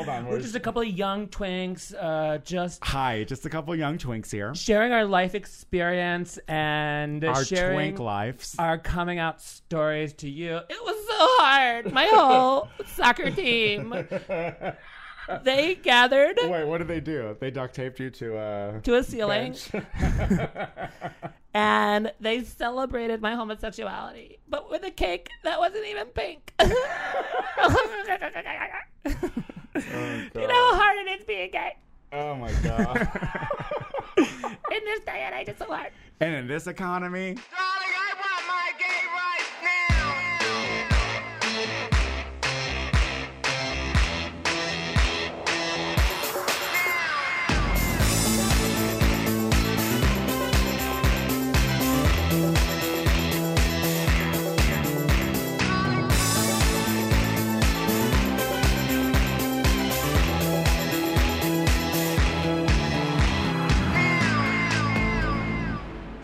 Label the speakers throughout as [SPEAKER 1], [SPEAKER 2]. [SPEAKER 1] Hold on.
[SPEAKER 2] We're just a couple of young twinks, uh, just
[SPEAKER 1] Hi, just a couple young twinks here.
[SPEAKER 2] sharing our life experience and
[SPEAKER 1] Our
[SPEAKER 2] sharing
[SPEAKER 1] twink lives.
[SPEAKER 2] our coming out stories to you. It was so hard. My whole soccer team, they gathered
[SPEAKER 1] Wait, what did they do? They duct taped you to a
[SPEAKER 2] to a ceiling
[SPEAKER 1] bench?
[SPEAKER 2] and they celebrated my homosexuality, but with a cake that wasn't even pink.
[SPEAKER 1] Oh,
[SPEAKER 2] you know how hard it is being gay
[SPEAKER 3] Oh my god.
[SPEAKER 2] in this day and age. It's so hard.
[SPEAKER 1] and in this economy,
[SPEAKER 4] Darling, I want my gay rights now.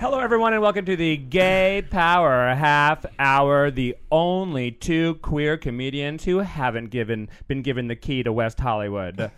[SPEAKER 2] Hello, everyone, and welcome to the Gay Power Half Hour. The only two queer comedians who haven't given been given the key to West Hollywood.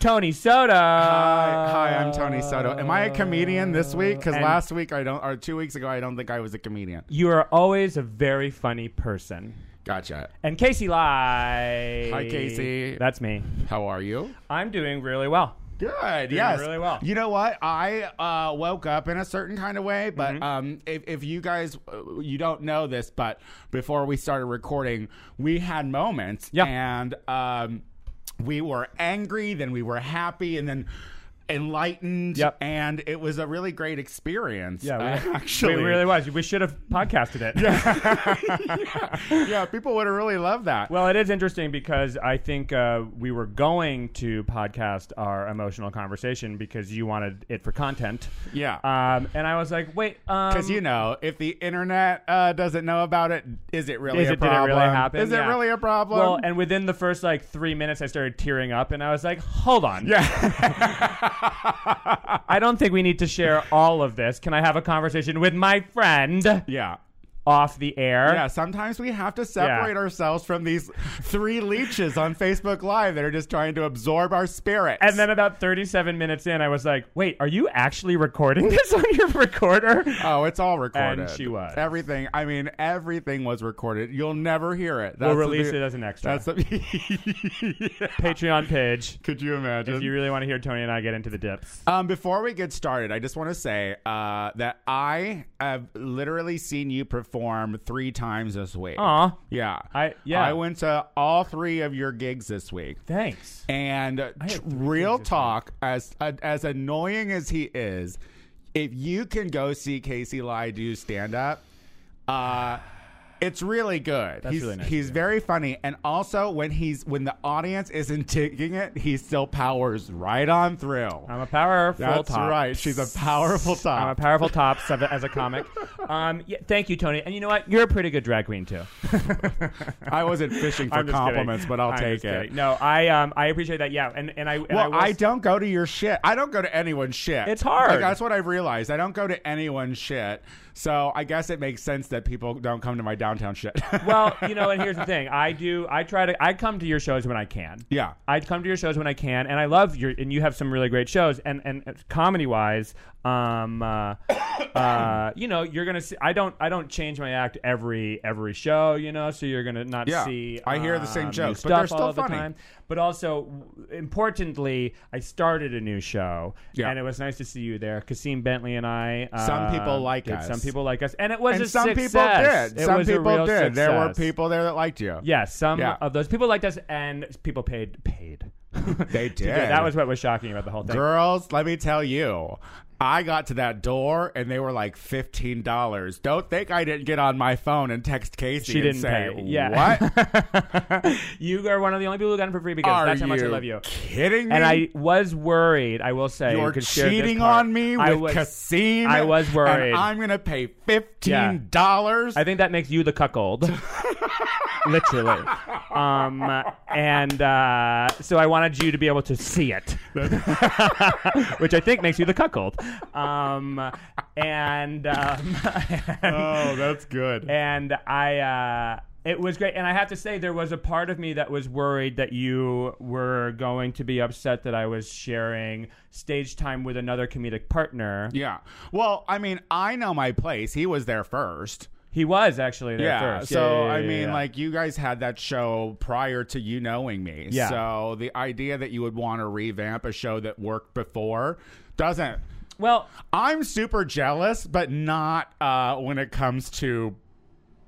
[SPEAKER 2] Tony Soto.
[SPEAKER 1] hi, hi, I'm Tony Soto. Am I a comedian this week? Because
[SPEAKER 2] And-
[SPEAKER 1] last week I don't, or two weeks ago I don't think I was a comedian.
[SPEAKER 2] You are always a very funny person.
[SPEAKER 1] Gotcha.
[SPEAKER 2] And Casey Lai.
[SPEAKER 1] Hi, Casey.
[SPEAKER 2] That's me.
[SPEAKER 1] How are you?
[SPEAKER 2] I'm doing really well.
[SPEAKER 1] Good. yes.
[SPEAKER 2] really well.
[SPEAKER 1] You know what? I uh, woke up in a certain kind of way, but
[SPEAKER 2] Mm-hmm.
[SPEAKER 1] um, if, if you guys uh, you don't know this, but before we started recording, we had moments,
[SPEAKER 2] Yeah.
[SPEAKER 1] and um, we were angry, then we were happy, and then enlightened,
[SPEAKER 2] Yep.
[SPEAKER 1] and it was a really great experience.
[SPEAKER 2] Yeah, we,
[SPEAKER 1] uh, actually,
[SPEAKER 2] we really was. We should have podcasted it.
[SPEAKER 1] yeah, people would have really loved that.
[SPEAKER 2] Well, it is interesting because I think uh, we were going to podcast our emotional conversation because you wanted it for content.
[SPEAKER 1] Yeah.
[SPEAKER 2] Um, and I was like, wait, um,
[SPEAKER 1] because you know, if the internet uh, doesn't know about it, is it really
[SPEAKER 2] is
[SPEAKER 1] a
[SPEAKER 2] it, did it
[SPEAKER 1] problem?
[SPEAKER 2] really happen?
[SPEAKER 1] Is it
[SPEAKER 2] Yeah.
[SPEAKER 1] really a problem?
[SPEAKER 2] Well, and within the first like three minutes, I started tearing up, and I was like, hold on.
[SPEAKER 1] yeah.
[SPEAKER 2] I don't think we need to share all of this. Can I have a conversation with my friend
[SPEAKER 1] yeah.
[SPEAKER 2] off the air?
[SPEAKER 1] Yeah, sometimes we have to separate
[SPEAKER 2] Yeah.
[SPEAKER 1] ourselves from these three leeches on Facebook Live that are just trying to absorb our spirits.
[SPEAKER 2] And then about 37 minutes in, I was like, wait, are you actually recording this on your recorder?
[SPEAKER 1] Oh, it's all recorded.
[SPEAKER 2] And she was.
[SPEAKER 1] Everything. I mean, everything was recorded. You'll never hear it.
[SPEAKER 2] we'll
[SPEAKER 1] the-
[SPEAKER 2] release it as an extra.
[SPEAKER 1] That's the.
[SPEAKER 2] Patreon page.
[SPEAKER 1] Could you imagine?
[SPEAKER 2] If you really want to hear Tony and I get into the dips.
[SPEAKER 1] Um, before we get started, I just want to say uh, that I have literally seen you perform three times this week.
[SPEAKER 2] Aw.
[SPEAKER 1] yeah,
[SPEAKER 2] I- yeah.
[SPEAKER 1] I went to all three of your gigs this week,
[SPEAKER 2] Thanks.
[SPEAKER 1] and tr- real talk, as uh, as annoying as he is, if you can go see Casey Lai do stand up, uh, it's really good. he's
[SPEAKER 2] really nice
[SPEAKER 1] he's very funny, and also when he's when the audience isn't taking it, he still powers right on through.
[SPEAKER 2] I'm a powerful
[SPEAKER 1] That's
[SPEAKER 2] top.
[SPEAKER 1] right. She's a powerful top.
[SPEAKER 2] I'm a powerful top sub- as a comic. Um, yeah, thank you, Tony. And you know what? You're a pretty good drag queen too.
[SPEAKER 1] I wasn't fishing for
[SPEAKER 2] I'm just
[SPEAKER 1] compliments,
[SPEAKER 2] kidding.
[SPEAKER 1] but I'll
[SPEAKER 2] I'm
[SPEAKER 1] take
[SPEAKER 2] just
[SPEAKER 1] it.
[SPEAKER 2] kidding. No, I um, I appreciate that. Yeah, and and I and I,
[SPEAKER 1] Well,
[SPEAKER 2] will
[SPEAKER 1] I,
[SPEAKER 2] s-
[SPEAKER 1] don't go to your shit. I don't go to anyone's shit.
[SPEAKER 2] It's hard.
[SPEAKER 1] Like, that's what I've realized. I don't go to anyone's shit. So I guess it makes sense that people don't come to my downtown shit.
[SPEAKER 2] well, you know, and here's the thing. I do. I try to. I come to your shows when I can.
[SPEAKER 1] Yeah.
[SPEAKER 2] I come to your shows when I can, and I love your. And you have some really great shows. And and comedy wise, um, uh, uh, you know, you're gonna see. I don't. I don't change my act every every show. You know, so you're gonna not
[SPEAKER 1] Yeah.
[SPEAKER 2] see.
[SPEAKER 1] I hear the same
[SPEAKER 2] um, new
[SPEAKER 1] jokes, but
[SPEAKER 2] stuff
[SPEAKER 1] they're still
[SPEAKER 2] all the
[SPEAKER 1] funny.
[SPEAKER 2] time. But also, w- importantly, I started a new show,
[SPEAKER 1] Yeah.
[SPEAKER 2] and it was nice to see you there. Kasim Bentley and I. Uh,
[SPEAKER 1] Some people like
[SPEAKER 2] did-
[SPEAKER 1] us.
[SPEAKER 2] Some people like us, and it was
[SPEAKER 1] and
[SPEAKER 2] a
[SPEAKER 1] some
[SPEAKER 2] success.
[SPEAKER 1] people
[SPEAKER 2] It
[SPEAKER 1] did. Some
[SPEAKER 2] was a
[SPEAKER 1] people
[SPEAKER 2] real
[SPEAKER 1] did. There were
[SPEAKER 2] success.
[SPEAKER 1] people there that liked you.
[SPEAKER 2] Yes, some
[SPEAKER 1] Yeah.
[SPEAKER 2] of those people liked us, and people paid paid.
[SPEAKER 1] They did.
[SPEAKER 2] that was what was shocking about the whole thing.
[SPEAKER 1] Girls, let me tell you. I got to that door and they were like fifteen dollars. Don't think I didn't get on my phone and text Casey
[SPEAKER 2] she
[SPEAKER 1] and
[SPEAKER 2] didn't
[SPEAKER 1] say,
[SPEAKER 2] pay. Yeah,
[SPEAKER 1] "What
[SPEAKER 2] what? you are one of the only people who got it for free because
[SPEAKER 1] are
[SPEAKER 2] that's how
[SPEAKER 1] you
[SPEAKER 2] much I love you.
[SPEAKER 1] kidding me?"
[SPEAKER 2] And I was worried. I will say
[SPEAKER 1] You're
[SPEAKER 2] you could share this
[SPEAKER 1] cheating
[SPEAKER 2] part.
[SPEAKER 1] on me
[SPEAKER 2] I
[SPEAKER 1] with
[SPEAKER 2] was,
[SPEAKER 1] Cassim.
[SPEAKER 2] I was worried.
[SPEAKER 1] And I'm gonna pay fifteen dollars.
[SPEAKER 2] I think that makes you the cuckold. Literally. Um, and uh, so I wanted you to be able to see it, which I think makes you the cuckold. Um, and um,
[SPEAKER 1] Oh, that's good.
[SPEAKER 2] and I uh, It was great, and I have to say, there was a part of me that was worried that you were going to be upset that I was sharing stage time with another comedic partner.
[SPEAKER 1] Yeah. Well, I mean, I know my place. He was there first.
[SPEAKER 2] He was actually there
[SPEAKER 1] Yeah.
[SPEAKER 2] first.
[SPEAKER 1] So
[SPEAKER 2] yeah,
[SPEAKER 1] I
[SPEAKER 2] yeah,
[SPEAKER 1] mean,
[SPEAKER 2] yeah.
[SPEAKER 1] like you guys had that show prior to you knowing me.
[SPEAKER 2] Yeah.
[SPEAKER 1] So the idea that you would want to revamp a show that worked before doesn't.
[SPEAKER 2] well,
[SPEAKER 1] I'm super jealous, but not uh, when it comes to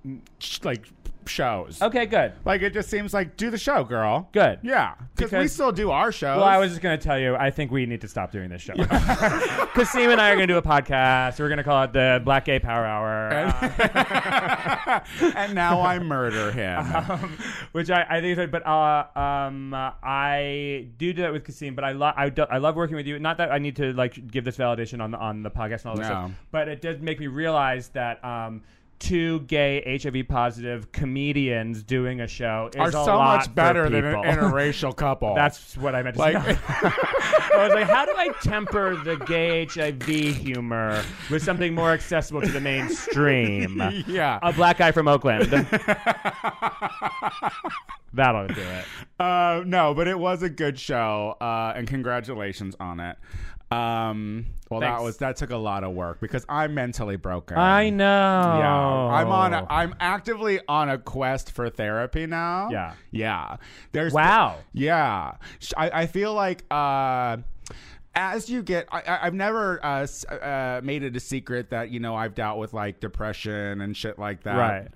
[SPEAKER 1] mm, sh- like shows.
[SPEAKER 2] okay, good.
[SPEAKER 1] Like it just seems like do the show, girl.
[SPEAKER 2] Good.
[SPEAKER 1] Yeah, because we
[SPEAKER 2] Because-
[SPEAKER 1] still do our shows.
[SPEAKER 2] Well, I was just going to tell you, I think we need to stop doing this show. Because Sam and I are going to do a podcast. We're going to call it the Black Gay Power Hour, uh,
[SPEAKER 1] and now I murder
[SPEAKER 2] Uh-huh.
[SPEAKER 1] him.
[SPEAKER 2] um, which I, I think is right. But uh, um, uh, I do do that with Kasim, but I, lo- I, do- I love working with you. Not that I need to like give this validation on the, on the podcast and all this
[SPEAKER 1] No.
[SPEAKER 2] stuff, but it does make me realize that. Um, Two gay HIV positive comedians doing a show is
[SPEAKER 1] Are
[SPEAKER 2] a
[SPEAKER 1] so
[SPEAKER 2] lot
[SPEAKER 1] much
[SPEAKER 2] for
[SPEAKER 1] better than an
[SPEAKER 2] people.
[SPEAKER 1] interracial couple.
[SPEAKER 2] That's what I meant to
[SPEAKER 1] Like-
[SPEAKER 2] say. I was like, how do I temper the gay HIV humor with something more accessible to the mainstream?
[SPEAKER 1] yeah.
[SPEAKER 2] A black guy from Oakland. That'll do it.
[SPEAKER 1] Uh, no, but it was a good show, uh, and congratulations on it. Um, well,
[SPEAKER 2] Thanks.
[SPEAKER 1] that was that took a lot of work because I'm mentally broken.
[SPEAKER 2] I know.
[SPEAKER 1] Yeah, I'm on. A, I'm actively on a quest for therapy now.
[SPEAKER 2] Yeah.
[SPEAKER 1] yeah. There's
[SPEAKER 2] wow.
[SPEAKER 1] Yeah, Sh- I, I feel like uh, as you get, I- I, I've never uh, s- uh, made it a secret that you know I've dealt with like depression and shit like that.
[SPEAKER 2] Right.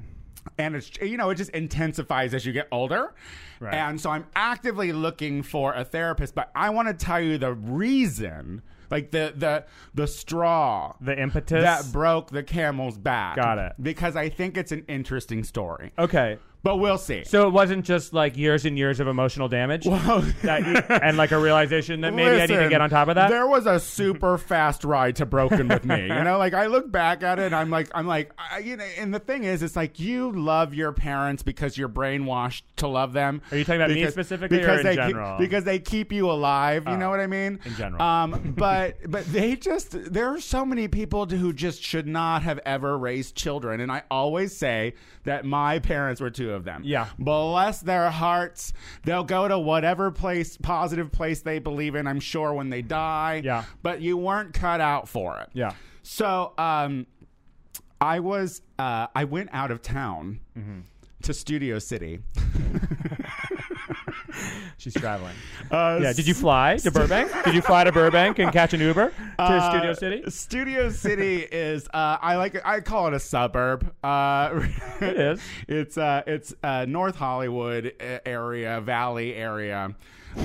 [SPEAKER 1] And it's you know it just intensifies as you get older,
[SPEAKER 2] Right.
[SPEAKER 1] and so I'm actively looking for a therapist. But I want to tell you the reason, like the the the straw
[SPEAKER 2] The impetus.
[SPEAKER 1] that broke the camel's back.
[SPEAKER 2] Got it.
[SPEAKER 1] Because I think it's an interesting story,
[SPEAKER 2] okay.
[SPEAKER 1] but we'll see.
[SPEAKER 2] So it wasn't just like years and years of emotional damage, That- and like a realization that maybe I need to
[SPEAKER 1] Listen,
[SPEAKER 2] get on top of that.
[SPEAKER 1] There was a super fast ride to broken with me. You know, like I look back at it and I'm like, I'm like, I, you know, and the thing is, it's like you love your parents because you're brainwashed to love them.
[SPEAKER 2] Are you talking about me specifically or in
[SPEAKER 1] they keep-
[SPEAKER 2] general? Ah,
[SPEAKER 1] because they keep you alive. You know what I mean?
[SPEAKER 2] in general.
[SPEAKER 1] Um, but but they just there are so many people who just should not have ever raised children, and I always say that my parents were two of them.
[SPEAKER 2] Yeah.
[SPEAKER 1] Bless their hearts. They'll go to whatever place, positive place they believe in, I'm sure, when they die.
[SPEAKER 2] Yeah.
[SPEAKER 1] But you weren't cut out for it.
[SPEAKER 2] Yeah.
[SPEAKER 1] So um, I was, uh, I went out of town
[SPEAKER 2] Mm-hmm.
[SPEAKER 1] to Studio City.
[SPEAKER 2] She's traveling.
[SPEAKER 1] Uh,
[SPEAKER 2] Yeah, did you fly to Burbank? Did you fly to Burbank and catch an Uber to
[SPEAKER 1] Uh,
[SPEAKER 2] Studio City?
[SPEAKER 1] Studio City is uh, I like it- I call it a suburb. Uh,
[SPEAKER 2] It is.
[SPEAKER 1] It's uh, it's uh, North Hollywood uh, area, Valley area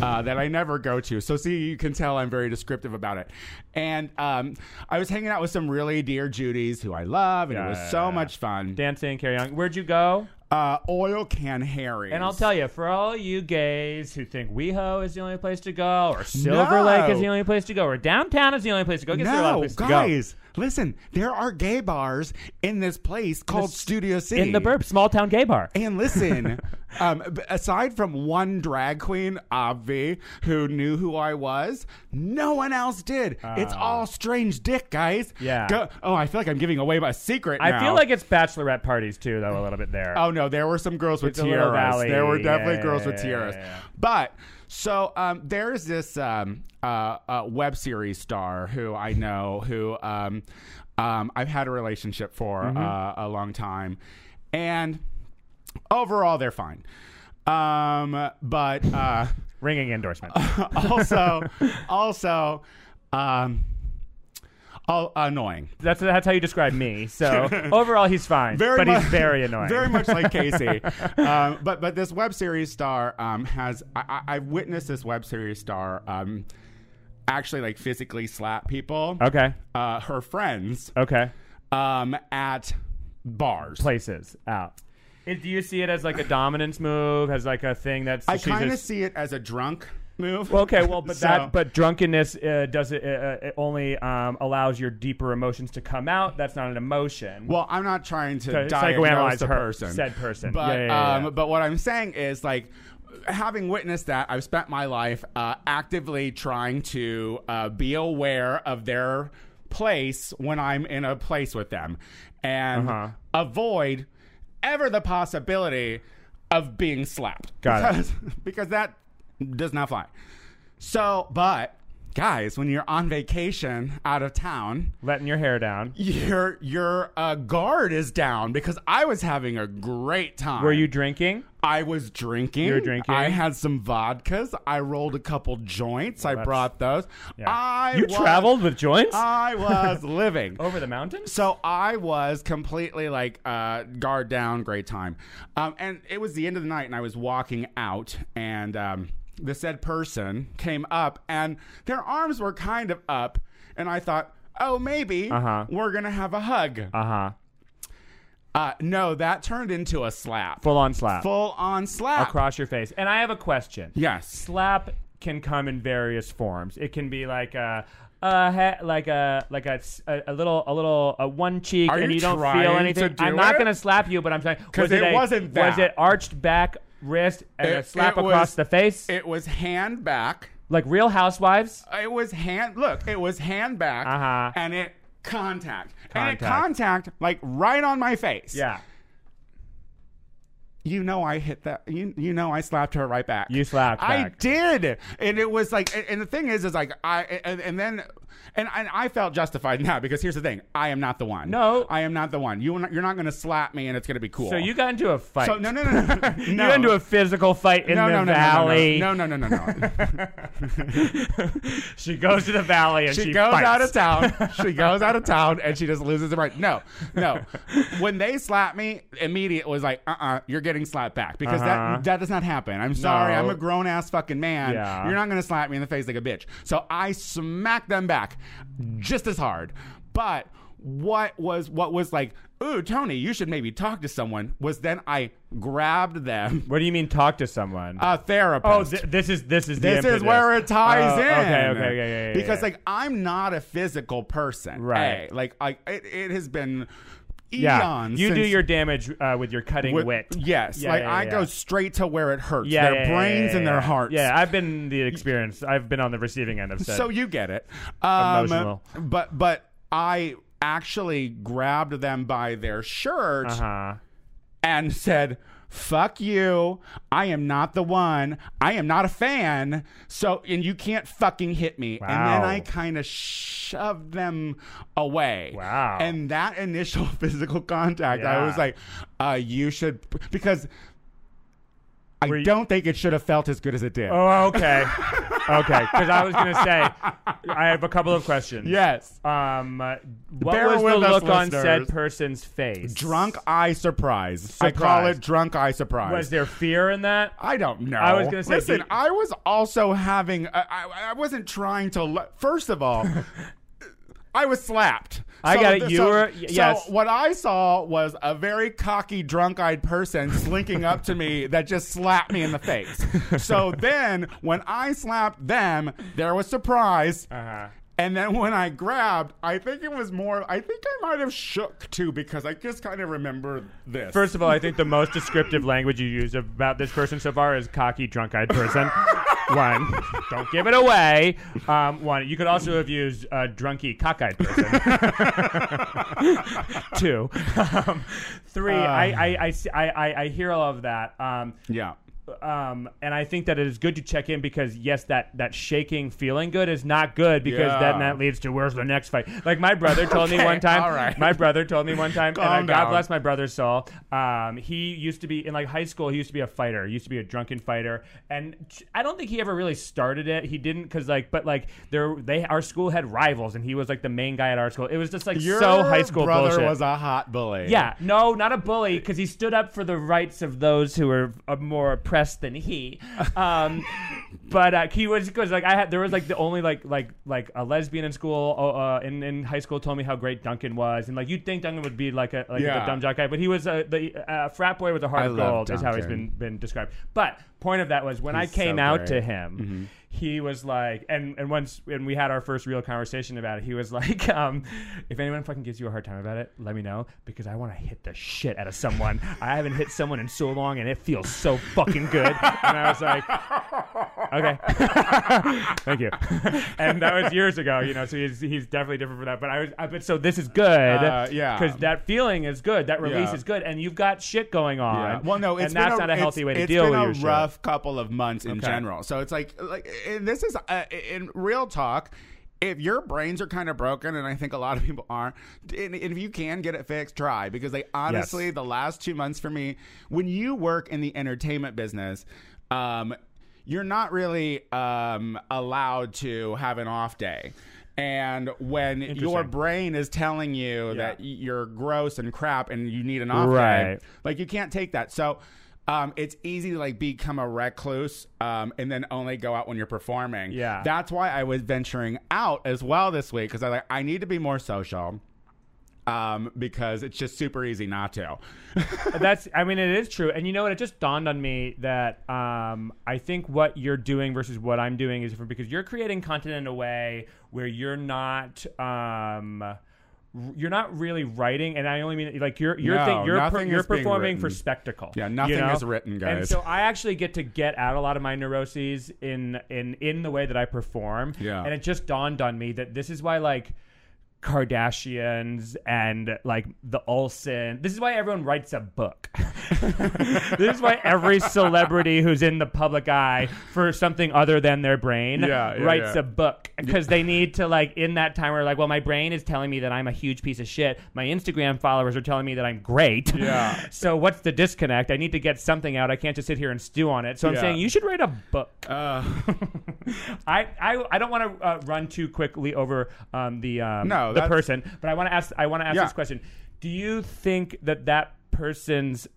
[SPEAKER 1] uh, that I never go to. So see, you can tell I'm very descriptive about it. And um, I was hanging out with some really dear Judys who I love, and it was
[SPEAKER 2] Yeah.
[SPEAKER 1] so much fun.
[SPEAKER 2] Dancing, carry on. Where'd you go?
[SPEAKER 1] Uh, oil can Harry.
[SPEAKER 2] And I'll tell you, for all you gays who think WeHo is the only place to go, or Silver Lake is the
[SPEAKER 1] No.
[SPEAKER 2] only place to go, or downtown is the only place to go, I guess there are a lot of
[SPEAKER 1] No,
[SPEAKER 2] places to go.
[SPEAKER 1] guys, listen. There are gay bars in this place called Studio City
[SPEAKER 2] in the burp, small town gay bar.
[SPEAKER 1] And listen, um, b- aside from one drag queen, Avi, who knew who I was, no one else did. it's all strange dick, guys.
[SPEAKER 2] Ah. Yeah.
[SPEAKER 1] Go- oh, I feel like I'm giving away my secret
[SPEAKER 2] I
[SPEAKER 1] now.
[SPEAKER 2] feel like it's bachelorette parties too, though a little bit there.
[SPEAKER 1] Oh no, there were some girls with
[SPEAKER 2] It's a little
[SPEAKER 1] tiaras.
[SPEAKER 2] valley.
[SPEAKER 1] There were
[SPEAKER 2] Yeah,
[SPEAKER 1] definitely
[SPEAKER 2] yeah,
[SPEAKER 1] girls
[SPEAKER 2] yeah,
[SPEAKER 1] with
[SPEAKER 2] yeah,
[SPEAKER 1] tiaras.
[SPEAKER 2] yeah, yeah.
[SPEAKER 1] But so um, there's this um, uh, uh, web series star who I know who um, um, I've had a relationship for
[SPEAKER 2] Mm-hmm.
[SPEAKER 1] uh, a long time, and overall they're fine. Um, but uh,
[SPEAKER 2] Ringing endorsement.
[SPEAKER 1] also, also, um, all annoying.
[SPEAKER 2] that's that's how you describe me. So overall, he's fine,
[SPEAKER 1] very
[SPEAKER 2] but
[SPEAKER 1] much,
[SPEAKER 2] he's very annoying.
[SPEAKER 1] very much like Casey. um, but but this web series star um, has I, I, I've witnessed this web series star um, actually like physically slap people.
[SPEAKER 2] Okay.
[SPEAKER 1] Uh, her friends
[SPEAKER 2] Okay.
[SPEAKER 1] um, at bars.
[SPEAKER 2] Places out. It, do you see it as like a dominance move, as like a thing that's
[SPEAKER 1] I
[SPEAKER 2] she's
[SPEAKER 1] kind of
[SPEAKER 2] just-
[SPEAKER 1] see it as a drunk move.
[SPEAKER 2] Well, okay, well, but
[SPEAKER 1] So-
[SPEAKER 2] that, but drunkenness uh, does it, uh, it only um, allows your deeper emotions to come out. That's not an emotion.
[SPEAKER 1] Well, I'm not trying to
[SPEAKER 2] To
[SPEAKER 1] diagnose
[SPEAKER 2] psychoanalyze
[SPEAKER 1] the
[SPEAKER 2] her,
[SPEAKER 1] person,
[SPEAKER 2] said person.
[SPEAKER 1] But
[SPEAKER 2] Yeah, yeah, yeah,
[SPEAKER 1] um,
[SPEAKER 2] yeah.
[SPEAKER 1] but what I'm saying is like. Having witnessed that, I've spent my life uh, actively trying to uh, be aware of their place when I'm in a place with them and
[SPEAKER 2] Uh-huh.
[SPEAKER 1] avoid ever the possibility of being slapped.
[SPEAKER 2] Got it.
[SPEAKER 1] because, Because that does not fly. So, but guys, when you're on vacation out of town,
[SPEAKER 2] Letting your hair down.
[SPEAKER 1] your your uh, guard is down because I was having a great time.
[SPEAKER 2] Were you drinking?
[SPEAKER 1] I was drinking.
[SPEAKER 2] You were drinking?
[SPEAKER 1] I had some vodkas. I rolled a couple joints. I brought those.
[SPEAKER 2] Yeah.
[SPEAKER 1] I
[SPEAKER 2] you
[SPEAKER 1] was-
[SPEAKER 2] traveled with joints
[SPEAKER 1] I was living.
[SPEAKER 2] over the mountains.
[SPEAKER 1] So I was completely like uh, guard down, great time. Um, and it was the end of the night, and I was walking out, and um, the said person came up, and their arms were kind of up, and I thought, oh, maybe
[SPEAKER 2] Uh-huh.
[SPEAKER 1] we're gonna have a hug.
[SPEAKER 2] Uh huh.
[SPEAKER 1] Uh, no, that turned into a slap,
[SPEAKER 2] Full on slap
[SPEAKER 1] full on slap.
[SPEAKER 2] across your face. And I have a question.
[SPEAKER 1] Yes.
[SPEAKER 2] slap can come in various forms. It can be like a, a he- like a like a, s- a- a little a little a one cheek,
[SPEAKER 1] Are
[SPEAKER 2] and
[SPEAKER 1] you
[SPEAKER 2] you don't
[SPEAKER 1] trying
[SPEAKER 2] feel
[SPEAKER 1] to
[SPEAKER 2] anything.
[SPEAKER 1] do
[SPEAKER 2] I'm not
[SPEAKER 1] it?
[SPEAKER 2] gonna slap you, but I'm saying
[SPEAKER 1] 'Cause it
[SPEAKER 2] a-
[SPEAKER 1] wasn't that.
[SPEAKER 2] Was it arched back wrist and a
[SPEAKER 1] It-
[SPEAKER 2] slap
[SPEAKER 1] it
[SPEAKER 2] across
[SPEAKER 1] was-
[SPEAKER 2] the face,
[SPEAKER 1] It was hand back.
[SPEAKER 2] like Real Housewives?
[SPEAKER 1] It was hand. Look, it was hand back,
[SPEAKER 2] Uh-huh.
[SPEAKER 1] and it contact, and it
[SPEAKER 2] Contact.
[SPEAKER 1] contact like right on my face.
[SPEAKER 2] Yeah,
[SPEAKER 1] you know I hit that. You you know I slapped her right back.
[SPEAKER 2] You slapped
[SPEAKER 1] I
[SPEAKER 2] back.
[SPEAKER 1] did, and it was like, and, and the thing is, is like I and, and then. And, and I felt justified now because here's the thing: I am not the one.
[SPEAKER 2] No.
[SPEAKER 1] I am not the one. You are not, you're not going to slap me, and it's going to be cool.
[SPEAKER 2] so you got into a fight.
[SPEAKER 1] So no no no no. no.
[SPEAKER 2] You got into a physical fight in
[SPEAKER 1] no,
[SPEAKER 2] the
[SPEAKER 1] no, no,
[SPEAKER 2] valley.
[SPEAKER 1] No, no, no, no, no. no, no.
[SPEAKER 2] she goes to the valley and she,
[SPEAKER 1] she goes
[SPEAKER 2] fights.
[SPEAKER 1] out of town. She goes out of town and she just loses her mind. No, no. When they slapped me, immediate was like, uh uh-uh, uh, you are getting slapped back because
[SPEAKER 2] Uh-huh.
[SPEAKER 1] that that does not happen. I'm sorry,
[SPEAKER 2] No.
[SPEAKER 1] I'm a grown ass fucking man.
[SPEAKER 2] Yeah.
[SPEAKER 1] You're not gonna slap me in the face like a bitch. So I smacked them back just as hard. But what was what was like, ooh, Tony, you should maybe talk to someone was then I grabbed them.
[SPEAKER 2] What do you mean? Talk to someone.
[SPEAKER 1] A therapist.
[SPEAKER 2] Oh, th- this is this is the
[SPEAKER 1] This is
[SPEAKER 2] impetus.
[SPEAKER 1] where it ties
[SPEAKER 2] Oh,
[SPEAKER 1] in.
[SPEAKER 2] Okay, okay, yeah, yeah, yeah.
[SPEAKER 1] Because
[SPEAKER 2] yeah.
[SPEAKER 1] like I'm not a physical person,
[SPEAKER 2] Right.
[SPEAKER 1] A. Like I, it, it has been
[SPEAKER 2] yeah,
[SPEAKER 1] eons.
[SPEAKER 2] you do
[SPEAKER 1] since-
[SPEAKER 2] your damage uh, with your cutting
[SPEAKER 1] with-
[SPEAKER 2] wit.
[SPEAKER 1] Yes,
[SPEAKER 2] Yeah,
[SPEAKER 1] like
[SPEAKER 2] yeah,
[SPEAKER 1] I
[SPEAKER 2] yeah.
[SPEAKER 1] go straight to where it hurts.
[SPEAKER 2] Yeah,
[SPEAKER 1] their
[SPEAKER 2] yeah, yeah,
[SPEAKER 1] brains
[SPEAKER 2] yeah,
[SPEAKER 1] and
[SPEAKER 2] yeah.
[SPEAKER 1] their hearts.
[SPEAKER 2] Yeah, I've been the experience. I've been on the receiving end of said.
[SPEAKER 1] So you get it. Um,
[SPEAKER 2] Emotional.
[SPEAKER 1] But but I actually grabbed them by their shirt
[SPEAKER 2] uh-huh.
[SPEAKER 1] and said. Fuck you. I am not the one. I am not a fan. So, and you can't fucking hit me. And then
[SPEAKER 2] Wow.
[SPEAKER 1] I kind of shoved them away.
[SPEAKER 2] Wow.
[SPEAKER 1] And that initial physical contact,
[SPEAKER 2] Yeah.
[SPEAKER 1] I was like, uh, you should, because I
[SPEAKER 2] you-
[SPEAKER 1] don't think it should have felt as good as it did.
[SPEAKER 2] Oh, okay, okay. Because I was gonna say, I have a couple of questions.
[SPEAKER 1] Yes.
[SPEAKER 2] Um, uh, what
[SPEAKER 1] Bear
[SPEAKER 2] was the
[SPEAKER 1] with us,
[SPEAKER 2] look on said
[SPEAKER 1] listeners.
[SPEAKER 2] person's face?
[SPEAKER 1] Drunk eye surprise. I call
[SPEAKER 2] Surprise.
[SPEAKER 1] it drunk eye surprise.
[SPEAKER 2] Was there fear in that?
[SPEAKER 1] I don't know.
[SPEAKER 2] I was gonna say,
[SPEAKER 1] listen,
[SPEAKER 2] do-
[SPEAKER 1] I was also having. I I, I wasn't trying to. le- First of all, I was slapped.
[SPEAKER 2] I got it.
[SPEAKER 1] th-
[SPEAKER 2] You were- y-
[SPEAKER 1] so
[SPEAKER 2] yes.
[SPEAKER 1] what I saw was a very cocky, drunk-eyed person slinking up to me that just slapped me in the face. So then, when I slapped them, there was surprise.
[SPEAKER 2] Uh-huh.
[SPEAKER 1] And then when I grabbed, I think it was more. I think I might have shook too because I just kind of remember this.
[SPEAKER 2] First of all, I think the most descriptive language you used about this person so far is cocky, drunk-eyed person. one, don't give it away. Um, one, you could also have used uh, drunky, cockeyed person. Two, um, three. I, I, I, see- I, I, I hear all of that. Um,
[SPEAKER 1] yeah,
[SPEAKER 2] um, and I think that it is good to check in because yes, that that shaking, feeling good is not good because
[SPEAKER 1] Yeah.
[SPEAKER 2] then that leads to where's the next fight. Like my brother told me
[SPEAKER 1] Okay,
[SPEAKER 2] one time.
[SPEAKER 1] all right.
[SPEAKER 2] My brother told me one time,
[SPEAKER 1] Calm
[SPEAKER 2] and uh, God
[SPEAKER 1] down.
[SPEAKER 2] bless my brother's soul. Um, he used to be in like high school. He used to be a fighter. He used to be a drunken fighter, and ch- I don't think he ever really started it. He didn't because like, but like there, they our school had rivals, and he was like the main guy at our school. It was just like
[SPEAKER 1] your
[SPEAKER 2] so high school
[SPEAKER 1] brother
[SPEAKER 2] bullshit.
[SPEAKER 1] was a hot bully.
[SPEAKER 2] Yeah, no, not a bully, because he stood up for the rights of those who were uh, more oppressed than he. Um, but uh, he was because like I had there was like the only like like like a lesbian in school uh, uh, in in high school told me how great Duncan was, and like you'd think Duncan would be like a like
[SPEAKER 1] Yeah.
[SPEAKER 2] a dumb jock guy, but he was a the uh, frat boy with a heart
[SPEAKER 1] I
[SPEAKER 2] of
[SPEAKER 1] love
[SPEAKER 2] gold is how he's been
[SPEAKER 1] Duncan.
[SPEAKER 2] been described. But point of that was when I
[SPEAKER 1] He's
[SPEAKER 2] came
[SPEAKER 1] so
[SPEAKER 2] out
[SPEAKER 1] great. Mm-hmm.
[SPEAKER 2] to him. He was like, and and once and we had our first real conversation about it. He was like, um, if anyone fucking gives you a hard time about it, let me know because I want to hit the shit out of someone. I haven't hit someone in so long, and it feels so fucking good. And I was like, okay. Thank you. and that was years ago, you know. So he's, he's definitely different for that. But I was, I, but so this is good.
[SPEAKER 1] Uh, yeah.
[SPEAKER 2] Because that feeling is good. That release
[SPEAKER 1] Yeah.
[SPEAKER 2] is good, and you've got shit going on.
[SPEAKER 1] Yeah. Well, no, it's
[SPEAKER 2] and that's
[SPEAKER 1] been
[SPEAKER 2] not a healthy
[SPEAKER 1] it's-
[SPEAKER 2] way to deal with your
[SPEAKER 1] It's
[SPEAKER 2] shit.
[SPEAKER 1] been a rough couple of months in
[SPEAKER 2] Okay.
[SPEAKER 1] general. So it's like, like, and this is uh, in real talk. If your brains are kind of broken, and I think a lot of people are, and, and if you can get it fixed, try because they honestly, the last two months for me, when you work in the entertainment business, um, you're not really um, allowed to have an off day. And when your brain is telling you that y- you're gross and crap and you need an off day,
[SPEAKER 2] Right.
[SPEAKER 1] like you can't take that. So um, it's easy to like become a recluse um, and then only go out when you're performing.
[SPEAKER 2] Yeah.
[SPEAKER 1] that's why I was venturing out as well this week because I like I need to be more social. Um, because it's just super easy not to.
[SPEAKER 2] That's, I mean, it is true. And you know what? It just dawned on me that um, I think what you're doing versus what I'm doing is different because you're creating content in a way where you're not. Um, r- you're not really writing, and I only mean like you're you're
[SPEAKER 1] No,
[SPEAKER 2] thi- you're per-
[SPEAKER 1] nothing
[SPEAKER 2] you're
[SPEAKER 1] is being
[SPEAKER 2] performing for
[SPEAKER 1] written.
[SPEAKER 2] spectacle.
[SPEAKER 1] Yeah,
[SPEAKER 2] you
[SPEAKER 1] nothing
[SPEAKER 2] know?
[SPEAKER 1] is written,
[SPEAKER 2] And
[SPEAKER 1] guys.
[SPEAKER 2] so I actually get to get out a lot of my neuroses in in in the way that I perform.
[SPEAKER 1] Yeah.
[SPEAKER 2] and it just dawned on me that this is why like Kardashians and like the Olsen. This is why everyone writes a book. this is why every celebrity who's in the public eye for something other than their brain
[SPEAKER 1] Yeah, yeah,
[SPEAKER 2] writes
[SPEAKER 1] yeah.
[SPEAKER 2] a book because they need to like in that time where like well my brain is telling me that I'm a huge piece of shit. My Instagram followers are telling me that I'm great.
[SPEAKER 1] Yeah.
[SPEAKER 2] so what's the disconnect? I need to get something out. I can't just sit here and stew on it. So I'm
[SPEAKER 1] Yeah.
[SPEAKER 2] saying you should write a book.
[SPEAKER 1] Uh,
[SPEAKER 2] I, I, I don't want to uh, run too quickly over um, the um,
[SPEAKER 1] No,
[SPEAKER 2] the
[SPEAKER 1] that's-
[SPEAKER 2] person, but I want to ask I want to ask
[SPEAKER 1] Yeah.
[SPEAKER 2] this question. Do you think that that person's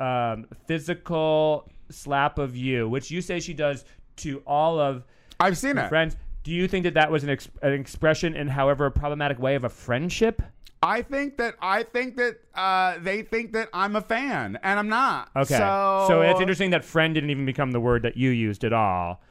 [SPEAKER 2] um, physical slap of you, which you say she does to all of
[SPEAKER 1] I've seen
[SPEAKER 2] her
[SPEAKER 1] it.
[SPEAKER 2] friends, do you think that that was an, ex- an expression in however a problematic way of a friendship?
[SPEAKER 1] I think that I think that uh, they think that I'm a fan, and I'm not.
[SPEAKER 2] Okay,
[SPEAKER 1] so,
[SPEAKER 2] it's interesting that friend didn't even become the word that you used at all.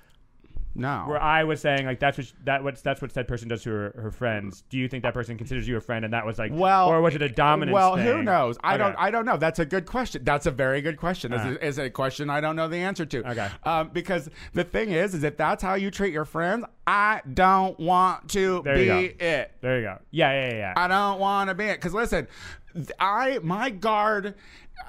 [SPEAKER 1] No,
[SPEAKER 2] where I was saying like that's what that what's that's what that person does to her, her friends. Do you think that person considers you a friend, and that was like
[SPEAKER 1] Well,
[SPEAKER 2] or was it a dominance?
[SPEAKER 1] Well, who
[SPEAKER 2] thing?
[SPEAKER 1] knows? I don't.
[SPEAKER 2] Okay. Uh-huh.
[SPEAKER 1] I don't know. That's a good question. That's a very good question. This is, is a question I don't know the answer to.
[SPEAKER 2] Okay.
[SPEAKER 1] Um, because the thing is, is if that's how you treat your friends, I don't want to
[SPEAKER 2] There
[SPEAKER 1] be
[SPEAKER 2] you
[SPEAKER 1] it.
[SPEAKER 2] there you go. Yeah, yeah, yeah. yeah.
[SPEAKER 1] I don't want to be it. Because listen, th- I my guard.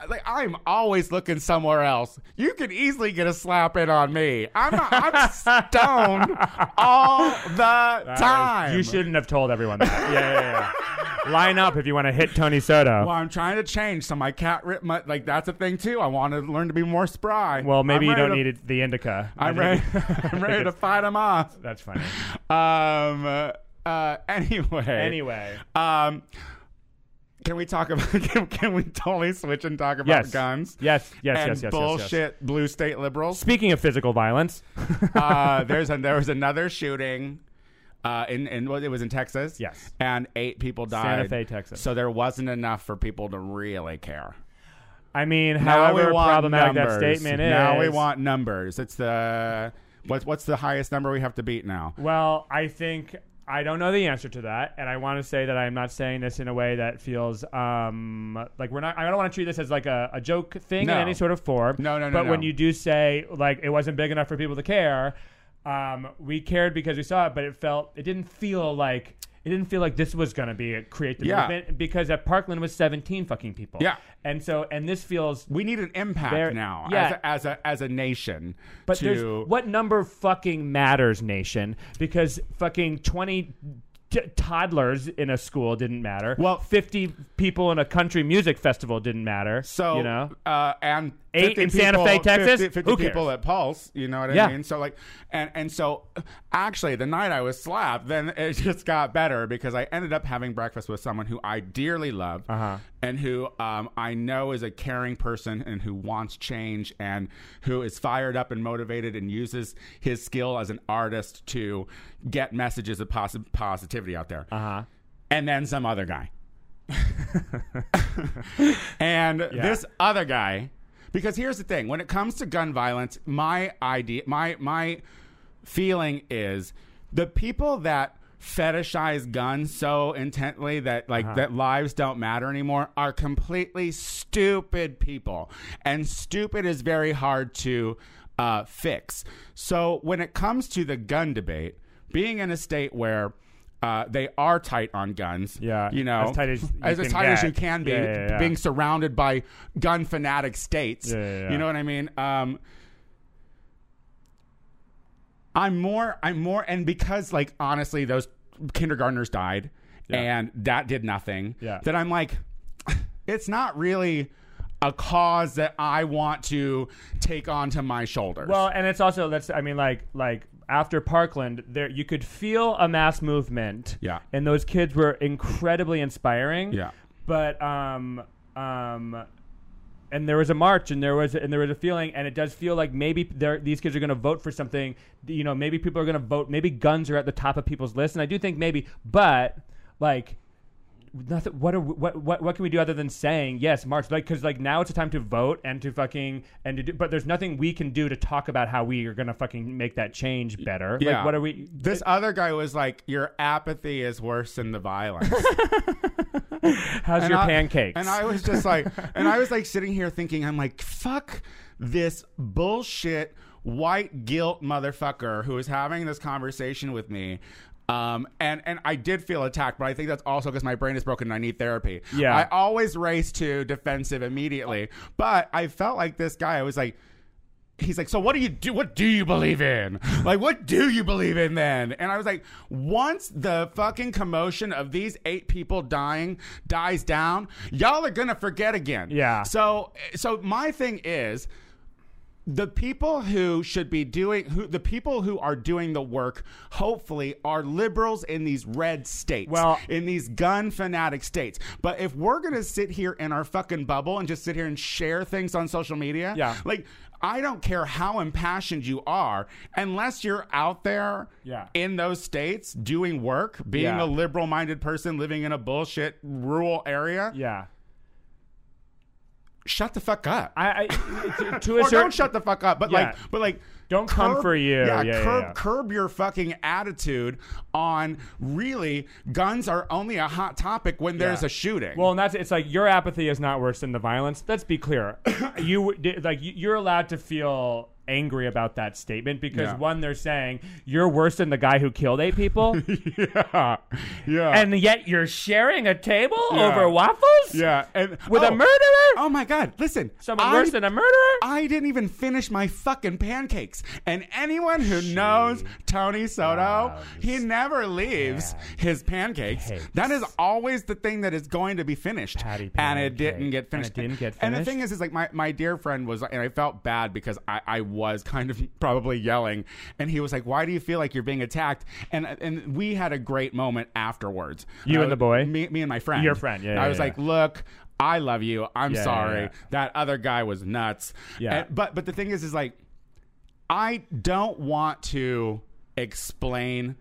[SPEAKER 1] Like I'm always looking somewhere else. You could easily get a slap in on me. I'm not, I'm stoned all the
[SPEAKER 2] All right.
[SPEAKER 1] time.
[SPEAKER 2] You shouldn't have told everyone that. yeah, yeah, yeah. Line up if you want to hit Tony Soto.
[SPEAKER 1] Well, I'm trying to change, so my cat rip my like that's a thing too. I want to learn to be more spry.
[SPEAKER 2] Well, maybe
[SPEAKER 1] I'm
[SPEAKER 2] you
[SPEAKER 1] ready
[SPEAKER 2] don't
[SPEAKER 1] to-
[SPEAKER 2] need it, the indica. I
[SPEAKER 1] I'm ready.
[SPEAKER 2] think-
[SPEAKER 1] I'm
[SPEAKER 2] I
[SPEAKER 1] ready
[SPEAKER 2] think
[SPEAKER 1] to fight him off.
[SPEAKER 2] it's- That's funny.
[SPEAKER 1] Um. Uh. Anyway.
[SPEAKER 2] Anyway,
[SPEAKER 1] Um. Can we talk about? Can, can we totally switch and talk about
[SPEAKER 2] yes,
[SPEAKER 1] guns?
[SPEAKER 2] Yes, yes,
[SPEAKER 1] and
[SPEAKER 2] yes, yes, yes,
[SPEAKER 1] bullshit
[SPEAKER 2] Yes,
[SPEAKER 1] blue state liberals.
[SPEAKER 2] Speaking of physical violence,
[SPEAKER 1] uh, there's a, there was another shooting. Uh, in in what it was in Texas,
[SPEAKER 2] Yes.
[SPEAKER 1] and eight people died.
[SPEAKER 2] Fe, Texas.
[SPEAKER 1] So there wasn't enough for people to really care.
[SPEAKER 2] I mean,
[SPEAKER 1] Now we
[SPEAKER 2] however
[SPEAKER 1] want
[SPEAKER 2] problematic
[SPEAKER 1] numbers.
[SPEAKER 2] that statement is,
[SPEAKER 1] Now we want numbers. It's the what's what's the highest number we have to beat now?
[SPEAKER 2] Well, I think I don't know the answer to that, and I want to say that I'm not saying this in a way that feels um, like we're not. I don't want to treat this as like a, a joke thing
[SPEAKER 1] No.
[SPEAKER 2] in any sort of form.
[SPEAKER 1] No, no, no,
[SPEAKER 2] But when
[SPEAKER 1] no.
[SPEAKER 2] you do say like it wasn't big enough for people to care, um, we cared because we saw it, but it felt it didn't feel like. It didn't feel like this was going to be a create the
[SPEAKER 1] Yeah.
[SPEAKER 2] movement because at Parkland was 17 fucking people.
[SPEAKER 1] Yeah.
[SPEAKER 2] And so, and this feels
[SPEAKER 1] We need an impact
[SPEAKER 2] There-
[SPEAKER 1] now
[SPEAKER 2] yeah.
[SPEAKER 1] as, a, as a as a nation.
[SPEAKER 2] But
[SPEAKER 1] to-
[SPEAKER 2] there's what number fucking matters, nation? Because fucking twenty t- toddlers in a school didn't matter.
[SPEAKER 1] Well-
[SPEAKER 2] fifty people in a country music festival didn't matter.
[SPEAKER 1] so
[SPEAKER 2] you know,
[SPEAKER 1] uh, and
[SPEAKER 2] Eight
[SPEAKER 1] 50
[SPEAKER 2] in Santa
[SPEAKER 1] people-
[SPEAKER 2] Fe, Texas?
[SPEAKER 1] 50, 50
[SPEAKER 2] Who cares?
[SPEAKER 1] people at Pulse. You know what I
[SPEAKER 2] Yeah.
[SPEAKER 1] mean? So like, and and so actually, the night I was slapped, then it just got better because I ended up having breakfast with someone who I dearly love
[SPEAKER 2] Uh-huh.
[SPEAKER 1] and who um, I know is a caring person and who wants change and who is fired up and motivated and uses his skill as an artist to get messages of posi- positivity out there.
[SPEAKER 2] uh huh.
[SPEAKER 1] and then some other guy. and this other guy, because here's the thing: when it comes to gun violence, my idea, my my feeling is the people that fetishize guns so intently that
[SPEAKER 2] Uh-huh.
[SPEAKER 1] like that lives don't matter anymore are completely stupid people, and stupid is very hard to uh, fix. So when it comes to the gun debate, being in a state where uh, they are tight on guns.
[SPEAKER 2] Yeah,
[SPEAKER 1] you know,
[SPEAKER 2] as tight as you
[SPEAKER 1] as,
[SPEAKER 2] can
[SPEAKER 1] tight as
[SPEAKER 2] get.
[SPEAKER 1] you can be,
[SPEAKER 2] Yeah, yeah, yeah.
[SPEAKER 1] being surrounded by gun fanatic states.
[SPEAKER 2] Yeah, yeah, yeah.
[SPEAKER 1] You know what I mean? Um, I'm more, I'm more, and because like honestly, those kindergartners died, and that did nothing.
[SPEAKER 2] Yeah.
[SPEAKER 1] That I'm like, it's not really a cause that I want to take onto my shoulders.
[SPEAKER 2] Well, and it's also let's I mean like like after Parkland, there you could feel a mass movement.
[SPEAKER 1] Yeah.
[SPEAKER 2] And those kids were incredibly inspiring.
[SPEAKER 1] Yeah.
[SPEAKER 2] But um um and there was a march and there was and there was a feeling and it does feel like maybe there these kids are going to vote for something you know maybe people are going to vote maybe guns are at the top of people's list and I do think maybe but like nothing. What are what what what can we do other than saying yes, March? Like because like now it's a time to vote and to fucking and to do. But there's nothing we can do to talk about how we are gonna fucking make that change better. Like what are we?
[SPEAKER 1] This other guy was like, "Your apathy is worse than the violence."
[SPEAKER 2] How's your
[SPEAKER 1] I-
[SPEAKER 2] pancakes?
[SPEAKER 1] And I was just like, and I was like sitting here thinking, I'm like, fuck this bullshit white guilt motherfucker who is having this conversation with me. Um, and, and I did feel attacked, but I think that's also because my brain is broken and I need therapy.
[SPEAKER 2] Yeah.
[SPEAKER 1] I always race to defensive immediately, but I felt like this guy, I was like, he's like, so what do you do? What do you believe in? Like, what do you believe in then? And I was like, once the fucking commotion of these eight people dying dies down, y'all are gonna forget again.
[SPEAKER 2] Yeah.
[SPEAKER 1] So, so my thing is. The people who should be doing who the people who are doing the work hopefully are liberals in these red states
[SPEAKER 2] Well-
[SPEAKER 1] in these gun fanatic states but if we're going to sit here in our fucking bubble and just sit here and share things on social media
[SPEAKER 2] Yeah.
[SPEAKER 1] like, I don't care how impassioned you are, unless you're out there
[SPEAKER 2] Yeah.
[SPEAKER 1] in those states doing work, being
[SPEAKER 2] Yeah.
[SPEAKER 1] a liberal minded person living in a bullshit rural area,
[SPEAKER 2] yeah.
[SPEAKER 1] shut the fuck up.
[SPEAKER 2] I, I to, to a
[SPEAKER 1] or
[SPEAKER 2] certain
[SPEAKER 1] don't shut the fuck up, but like,
[SPEAKER 2] Yeah.
[SPEAKER 1] but like,
[SPEAKER 2] Don't come for you.
[SPEAKER 1] Yeah,
[SPEAKER 2] Yeah,
[SPEAKER 1] curb,
[SPEAKER 2] yeah, yeah.
[SPEAKER 1] curb your fucking attitude on really guns are only a hot topic when there's
[SPEAKER 2] Yeah.
[SPEAKER 1] a shooting.
[SPEAKER 2] Well, and that's it's like your apathy is not worse than the violence. Let's be clear. you did- like you- you're allowed to feel angry about that statement because
[SPEAKER 1] Yeah.
[SPEAKER 2] one they're saying you're worse than the guy who killed eight people
[SPEAKER 1] yeah, yeah,
[SPEAKER 2] and yet you're sharing a table
[SPEAKER 1] Yeah.
[SPEAKER 2] over waffles
[SPEAKER 1] yeah, and
[SPEAKER 2] with
[SPEAKER 1] oh,
[SPEAKER 2] a murderer
[SPEAKER 1] Oh my god! Listen,
[SPEAKER 2] someone
[SPEAKER 1] I-
[SPEAKER 2] worse than a murderer
[SPEAKER 1] I didn't even finish my fucking pancakes. And anyone who knows Tony Soto, he never leaves his pancakes.
[SPEAKER 2] cakes.
[SPEAKER 1] That is always the thing that is going to be finished.
[SPEAKER 2] Patty
[SPEAKER 1] and it
[SPEAKER 2] pancake.
[SPEAKER 1] didn't
[SPEAKER 2] And
[SPEAKER 1] get
[SPEAKER 2] it
[SPEAKER 1] finished.
[SPEAKER 2] didn't get
[SPEAKER 1] And the
[SPEAKER 2] finished?
[SPEAKER 1] thing is, is like my, my dear friend was, and I felt bad because I, I was kind of probably yelling. And he was like, why do you feel like you're being attacked? And, and we had a great moment afterwards.
[SPEAKER 2] You
[SPEAKER 1] I
[SPEAKER 2] and the
[SPEAKER 1] was-
[SPEAKER 2] boy?
[SPEAKER 1] Me, me and my friend.
[SPEAKER 2] Your friend, yeah,
[SPEAKER 1] I
[SPEAKER 2] yeah,
[SPEAKER 1] was
[SPEAKER 2] yeah.
[SPEAKER 1] like, look, I love you. I'm
[SPEAKER 2] Yeah, yeah,
[SPEAKER 1] sorry.
[SPEAKER 2] yeah.
[SPEAKER 1] That other guy was nuts.
[SPEAKER 2] Yeah.
[SPEAKER 1] And- but but the thing is, is like, I don't want to explain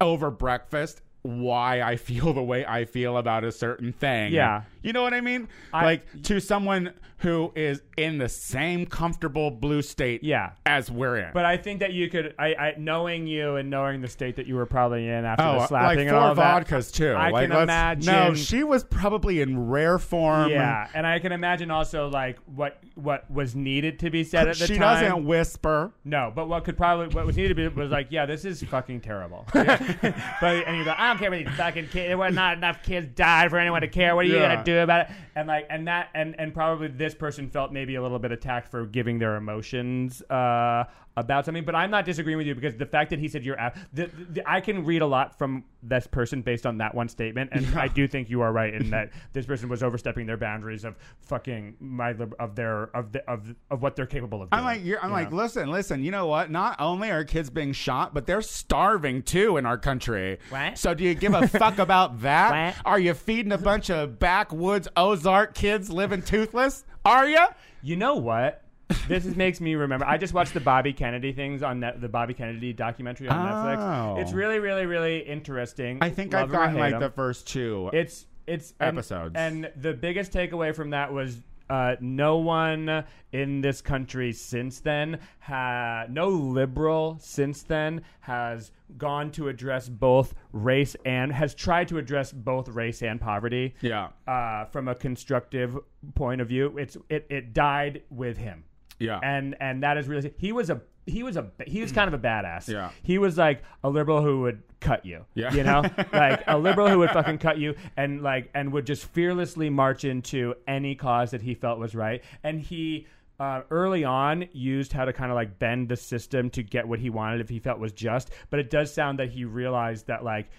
[SPEAKER 1] over breakfast why I feel the way I feel about a certain thing.
[SPEAKER 2] Yeah.
[SPEAKER 1] You know what I mean?
[SPEAKER 2] I-
[SPEAKER 1] like to someone who is in the same comfortable blue state
[SPEAKER 2] Yeah.
[SPEAKER 1] as we're in.
[SPEAKER 2] But I think that you could, I, I knowing you and knowing the state that you were probably in after
[SPEAKER 1] Oh,
[SPEAKER 2] the slapping
[SPEAKER 1] like
[SPEAKER 2] and all
[SPEAKER 1] four
[SPEAKER 2] of that,
[SPEAKER 1] vodkas too.
[SPEAKER 2] I
[SPEAKER 1] like,
[SPEAKER 2] can
[SPEAKER 1] let's-
[SPEAKER 2] imagine.
[SPEAKER 1] No, she was probably in rare form.
[SPEAKER 2] yeah, and I can imagine also like what what was needed to be said at the
[SPEAKER 1] she
[SPEAKER 2] time.
[SPEAKER 1] doesn't whisper.
[SPEAKER 2] No, but what could probably what was needed to be was like, yeah, this is fucking terrible. but and you go, I don't care about these fucking kids. There were not enough kids died for anyone to care. What are you
[SPEAKER 1] Yeah.
[SPEAKER 2] gonna do about it? And like, and that, and and probably this person felt maybe a little bit attacked for giving their emotions uh, about something. But I'm not disagreeing with you because the fact that he said you're, ab- the, the, I can read a lot from this person based on that one statement, and I do think you are right in that this person was overstepping their boundaries of fucking my lib- of their of the, of of what they're capable of. Doing,
[SPEAKER 1] I'm like, you're, I'm
[SPEAKER 2] you
[SPEAKER 1] like,
[SPEAKER 2] know?
[SPEAKER 1] listen, listen. You know what? Not only are kids being shot, but they're starving too in our country.
[SPEAKER 2] What?
[SPEAKER 1] So do you give a fuck about that?
[SPEAKER 2] What?
[SPEAKER 1] Are you feeding a bunch of backwoods Ozark kids living toothless? Are you?
[SPEAKER 2] You know what? this is, makes me remember. I just watched the Bobby Kennedy things on net, the Bobby Kennedy documentary on
[SPEAKER 1] Oh.
[SPEAKER 2] Netflix. It's really, really, really interesting.
[SPEAKER 1] I think
[SPEAKER 2] Love
[SPEAKER 1] I've
[SPEAKER 2] him or
[SPEAKER 1] gotten
[SPEAKER 2] hate
[SPEAKER 1] like
[SPEAKER 2] him.
[SPEAKER 1] the first two.
[SPEAKER 2] it's it's and-
[SPEAKER 1] Episodes.
[SPEAKER 2] And, the biggest takeaway from that was. Uh, no one in this country since then, ha- no liberal since then, has gone to address both race and has tried to address both race and poverty
[SPEAKER 1] yeah.
[SPEAKER 2] uh, from a constructive point of view. It's it, it died with him.
[SPEAKER 1] Yeah.
[SPEAKER 2] and and that is really he was a he was a he was kind of a badass.
[SPEAKER 1] Yeah.
[SPEAKER 2] he was like a liberal who would cut you.
[SPEAKER 1] Yeah.
[SPEAKER 2] you know, like a liberal who would fucking cut you and like and would just fearlessly march into any cause that he felt was right. And he uh, early on used how to kind of like bend the system to get what he wanted if he felt was just. But it does sound that he realized that like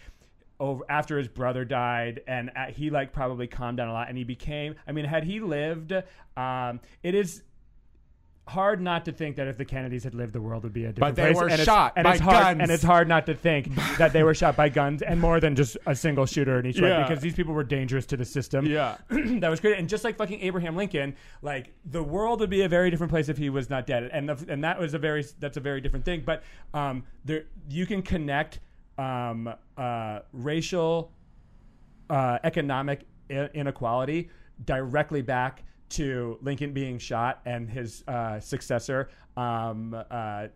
[SPEAKER 2] over after his brother died and uh he like probably calmed down a lot and he became i mean had he lived um, it is hard not to think that if the kennedys had lived the world would be a different
[SPEAKER 1] they
[SPEAKER 2] place
[SPEAKER 1] were
[SPEAKER 2] and it's-
[SPEAKER 1] shot
[SPEAKER 2] and
[SPEAKER 1] by
[SPEAKER 2] it's hard,
[SPEAKER 1] guns.
[SPEAKER 2] and it's hard not to think that they were shot by guns and more than just a single shooter in each
[SPEAKER 1] Yeah.
[SPEAKER 2] way because these people were dangerous to the system
[SPEAKER 1] Yeah.
[SPEAKER 2] that was great. And just like fucking Abraham Lincoln, like the world would be a very different place if he was not dead. And the, and that was a very that's a very different thing. But um, there you can connect um, uh, racial, uh, economic i- inequality directly back to Lincoln being shot and his uh, successor. Um, uh,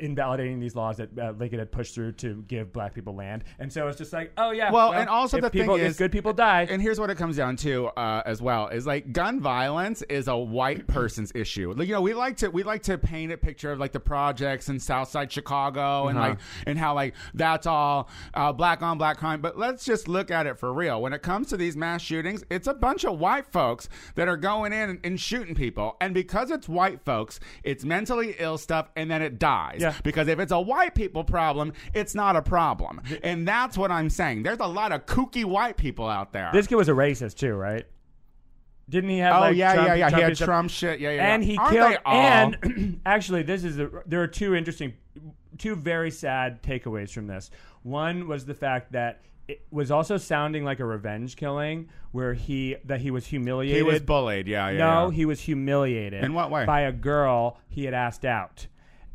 [SPEAKER 2] Invalidating these laws that uh, Lincoln had pushed through to give black people land, and so it's just like, oh yeah.
[SPEAKER 1] Well, and also
[SPEAKER 2] if
[SPEAKER 1] the thing
[SPEAKER 2] people,
[SPEAKER 1] is-
[SPEAKER 2] if good people die,
[SPEAKER 1] And here's what it comes down to uh, as well is like gun violence is a white person's issue. Like, you know, we like to we like to paint a picture of like the projects in Southside Chicago and like and how like that's all uh, black on black crime. But let's just look at it for real. When it comes to these mass shootings, it's a bunch of white folks that are going in and, and shooting people. And because it's white folks, it's mentally ill stuff, and then it dies.
[SPEAKER 2] Yeah.
[SPEAKER 1] Because if it's a white people problem, it's not a problem. And that's what I'm saying. There's a lot of kooky white people out there.
[SPEAKER 2] This kid was a racist too, right? Didn't he have?
[SPEAKER 1] Oh
[SPEAKER 2] like,
[SPEAKER 1] yeah,
[SPEAKER 2] Trump,
[SPEAKER 1] yeah, yeah.
[SPEAKER 2] Trump
[SPEAKER 1] he had
[SPEAKER 2] and stuff?
[SPEAKER 1] Trump shit. Yeah, yeah. yeah.
[SPEAKER 2] and he
[SPEAKER 1] Aren't
[SPEAKER 2] killed.
[SPEAKER 1] They all?
[SPEAKER 2] And actually, this is a, there are two interesting, two very sad takeaways from this. One was the fact that it was also sounding like a revenge killing, where he that he was humiliated.
[SPEAKER 1] he was bullied. Yeah, yeah.
[SPEAKER 2] No,
[SPEAKER 1] yeah.
[SPEAKER 2] he was humiliated.
[SPEAKER 1] In what way?
[SPEAKER 2] By a girl he had asked out,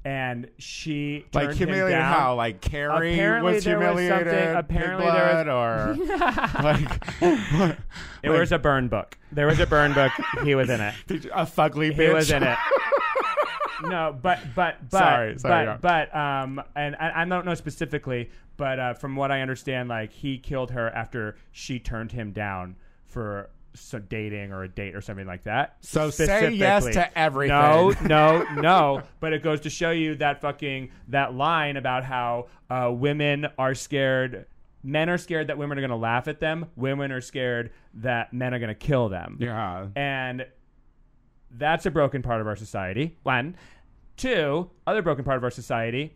[SPEAKER 2] and she
[SPEAKER 1] like
[SPEAKER 2] turned him
[SPEAKER 1] humiliated
[SPEAKER 2] down.
[SPEAKER 1] how? Like Carrie
[SPEAKER 2] Apparently
[SPEAKER 1] was
[SPEAKER 2] there was something-
[SPEAKER 1] humiliated. Big
[SPEAKER 2] apparently there
[SPEAKER 1] Butt, or like,
[SPEAKER 2] There was a burn book. There was a burn book. he was in it.
[SPEAKER 1] Did you- a fugly bitch.
[SPEAKER 2] He was in it. no, but but but
[SPEAKER 1] Sorry, sorry, yeah.
[SPEAKER 2] but but um, and I, I don't know specifically, but uh, from what I understand, like he killed her after she turned him down for so dating or a date or something like that.
[SPEAKER 1] So say yes
[SPEAKER 2] Specifically.
[SPEAKER 1] to everything.
[SPEAKER 2] No, no, no. but it goes to show you that fucking that line about how uh, women are scared. Men are scared that women are going to laugh at them. Women are scared that men are going to kill them.
[SPEAKER 1] Yeah.
[SPEAKER 2] And that's a broken part of our society. One. Two, other broken part of our society,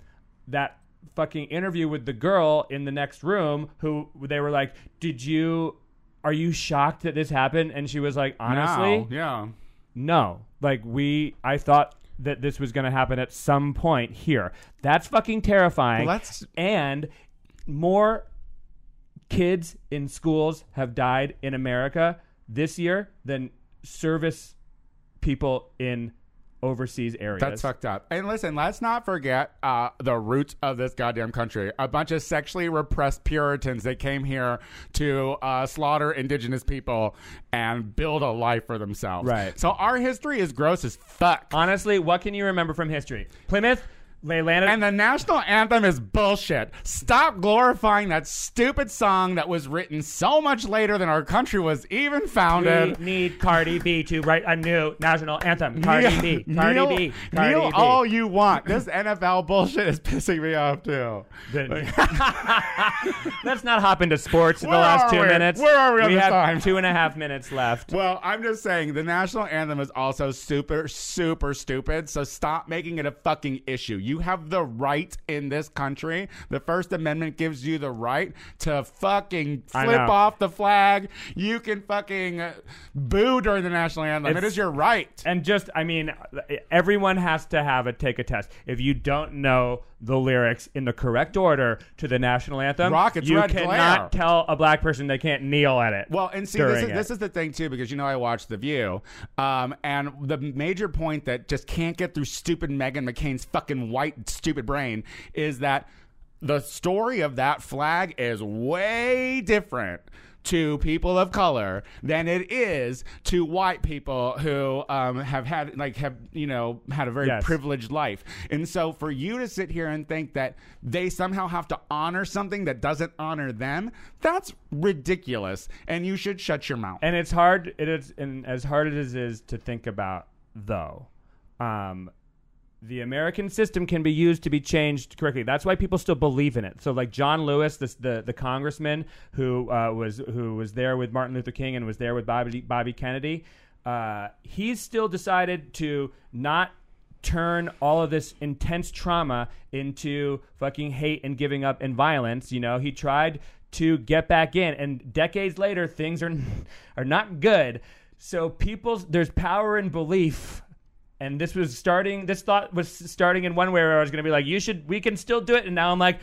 [SPEAKER 2] that fucking interview with the girl in the next room who they were like, Did you are you shocked that this happened? And she was like, Honestly,
[SPEAKER 1] Wow, yeah.
[SPEAKER 2] no. Like we I thought that this was gonna happen at some point here. That's fucking terrifying.
[SPEAKER 1] Let's-
[SPEAKER 2] and more kids in schools have died in America this year than service people in overseas areas.
[SPEAKER 1] That's fucked up. And listen, let's not forget uh, the roots of this goddamn country. A bunch of sexually repressed Puritans that came here to uh, slaughter indigenous people and build a life for themselves.
[SPEAKER 2] Right.
[SPEAKER 1] So our history is gross as fuck.
[SPEAKER 2] Honestly, what can you remember from history? Plymouth, they landed
[SPEAKER 1] And the national anthem is bullshit. Stop glorifying that stupid song that was written so much later than our country was even
[SPEAKER 2] we
[SPEAKER 1] founded.
[SPEAKER 2] need Cardi B to write a new national anthem. Cardi B, Cardi
[SPEAKER 1] kneel,
[SPEAKER 2] B, Cardi
[SPEAKER 1] kneel
[SPEAKER 2] B.
[SPEAKER 1] all you want. This NFL bullshit is pissing me off too.
[SPEAKER 2] Then- Let's not hop into sports in the
[SPEAKER 1] Where
[SPEAKER 2] last
[SPEAKER 1] are
[SPEAKER 2] two
[SPEAKER 1] we?
[SPEAKER 2] minutes.
[SPEAKER 1] Where are we on
[SPEAKER 2] we
[SPEAKER 1] this
[SPEAKER 2] have
[SPEAKER 1] time?
[SPEAKER 2] two and a half minutes left.
[SPEAKER 1] Well, I'm just saying the national anthem is also super, super stupid. So stop making it a fucking issue. You have the right in this country. The First Amendment gives you the right to fucking
[SPEAKER 2] I
[SPEAKER 1] flip
[SPEAKER 2] know.
[SPEAKER 1] off the flag. You can fucking uh, boo during the national anthem. It
[SPEAKER 2] It's-
[SPEAKER 1] is your right.
[SPEAKER 2] And just, I mean, everyone has to have a take a test. If you don't know the lyrics in the correct order to the national anthem,
[SPEAKER 1] Rockets,
[SPEAKER 2] you
[SPEAKER 1] Red
[SPEAKER 2] cannot
[SPEAKER 1] Glare.
[SPEAKER 2] tell a black person they can't kneel at it.
[SPEAKER 1] Well, and see,
[SPEAKER 2] during
[SPEAKER 1] this is,
[SPEAKER 2] it.
[SPEAKER 1] this is the thing too, because you know I watched The View, um, and the major point that just can't get through stupid Megan McCain's fucking white stupid brain is that the story of that flag is way different to people of color than it is to white people who um, have had like have you know had a very
[SPEAKER 2] Yes.
[SPEAKER 1] privileged life and so for you to sit here and think that they somehow have to honor something that doesn't honor them that's ridiculous and you should shut your mouth
[SPEAKER 2] and it's hard it is and as hard as it is to think about though um, the American system can be used to be changed correctly. That's why people still believe in it. So, like John Lewis, this, the the congressman who uh, was who was there with Martin Luther King and was there with Bobby Bobby Kennedy, uh, he's still decided to not turn all of this intense trauma into fucking hate and giving up and violence. You know, he tried to get back in, and decades later, things are are not good. So, people, there's power in belief and this was starting this thought was starting in one way where i was going to be like you should we can still do it and now i'm like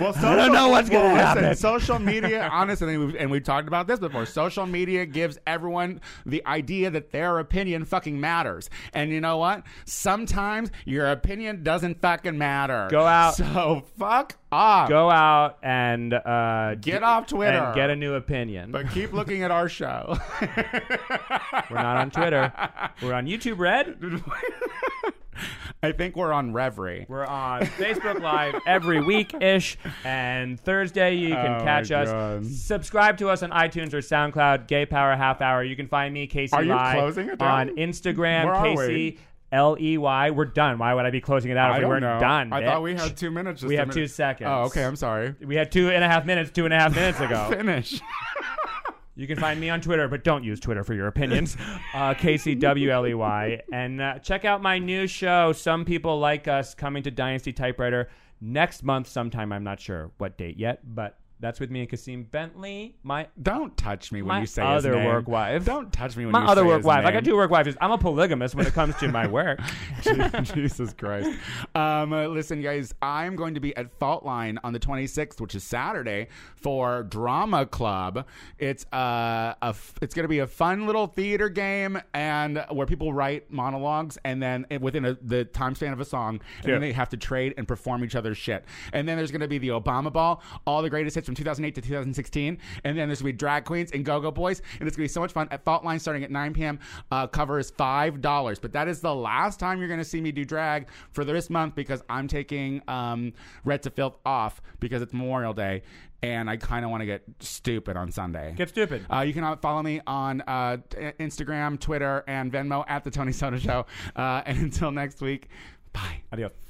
[SPEAKER 1] Well, social,
[SPEAKER 2] don't know what's gonna
[SPEAKER 1] well, listen,
[SPEAKER 2] happen.
[SPEAKER 1] Social media, honestly, and we've, and we've talked about this before. Social media gives everyone the idea that their opinion fucking matters, and you know what? Sometimes your opinion doesn't fucking matter.
[SPEAKER 2] Go out.
[SPEAKER 1] So fuck off.
[SPEAKER 2] go out and uh,
[SPEAKER 1] Get off Twitter.
[SPEAKER 2] and get a new opinion
[SPEAKER 1] But keep looking at our show.
[SPEAKER 2] we're not on twitter we're on youtube red
[SPEAKER 1] I think we're on Reverie.
[SPEAKER 2] we're on facebook live every week ish and thursday you can
[SPEAKER 1] Oh,
[SPEAKER 2] catch
[SPEAKER 1] my
[SPEAKER 2] us
[SPEAKER 1] God.
[SPEAKER 2] subscribe to us on itunes or soundcloud gay power half hour you can find me casey
[SPEAKER 1] Are you
[SPEAKER 2] Lai
[SPEAKER 1] closing it
[SPEAKER 2] on
[SPEAKER 1] down?
[SPEAKER 2] instagram
[SPEAKER 1] Where are we?
[SPEAKER 2] casey l-e-y we're done why would i be closing it out if
[SPEAKER 1] I
[SPEAKER 2] we
[SPEAKER 1] don't
[SPEAKER 2] weren't
[SPEAKER 1] know.
[SPEAKER 2] done
[SPEAKER 1] I thought we
[SPEAKER 2] bitch?
[SPEAKER 1] had two minutes. just
[SPEAKER 2] We
[SPEAKER 1] a
[SPEAKER 2] have
[SPEAKER 1] minute.
[SPEAKER 2] two seconds.
[SPEAKER 1] Oh, okay. I'm sorry.
[SPEAKER 2] We had two and a half minutes, two and a half minutes ago.
[SPEAKER 1] Finish.
[SPEAKER 2] you can find me on Twitter, but don't use Twitter for your opinions. Uh, KCWLEY. And uh, check out my new show, Some People Like Us, coming to Dynasty Typewriter next month sometime. I'm not sure what date yet, but that's with me and Kasim Bentley, my,
[SPEAKER 1] Don't touch me when
[SPEAKER 2] My
[SPEAKER 1] you say
[SPEAKER 2] other
[SPEAKER 1] his name.
[SPEAKER 2] work wife.
[SPEAKER 1] Don't touch me when
[SPEAKER 2] my
[SPEAKER 1] you
[SPEAKER 2] other
[SPEAKER 1] say
[SPEAKER 2] work
[SPEAKER 1] his
[SPEAKER 2] wife. I
[SPEAKER 1] name.
[SPEAKER 2] got two work wives. I'm a polygamist when it comes to my work.
[SPEAKER 1] Jesus Christ. Um, uh, listen, guys, I'm going to be at Fault Line on the 26th, which is Saturday, for Drama Club. It's uh, a f- it's going to be a fun little theater game, and where people write monologues, and then it- within a, the time span of a song, and then they have to trade and perform each other's shit. And then there's going to be the Obama Ball, all the greatest hits from 2008 to 2016, and then there's going to be drag queens and Go Go Boys, and it's going to be so much fun. At Fault Line, starting at 9 p.m., uh, cover is five dollars, but that is the last time you're going to see me do drag for this month because I'm taking um, Red to Filth off because it's Memorial Day, and I kind of want to get stupid on Sunday.
[SPEAKER 2] Get stupid.
[SPEAKER 1] Uh, you can uh, follow me on uh, t- Instagram, Twitter, and Venmo at the Tony Soto Show. Uh, and until next week, bye.
[SPEAKER 2] Adios.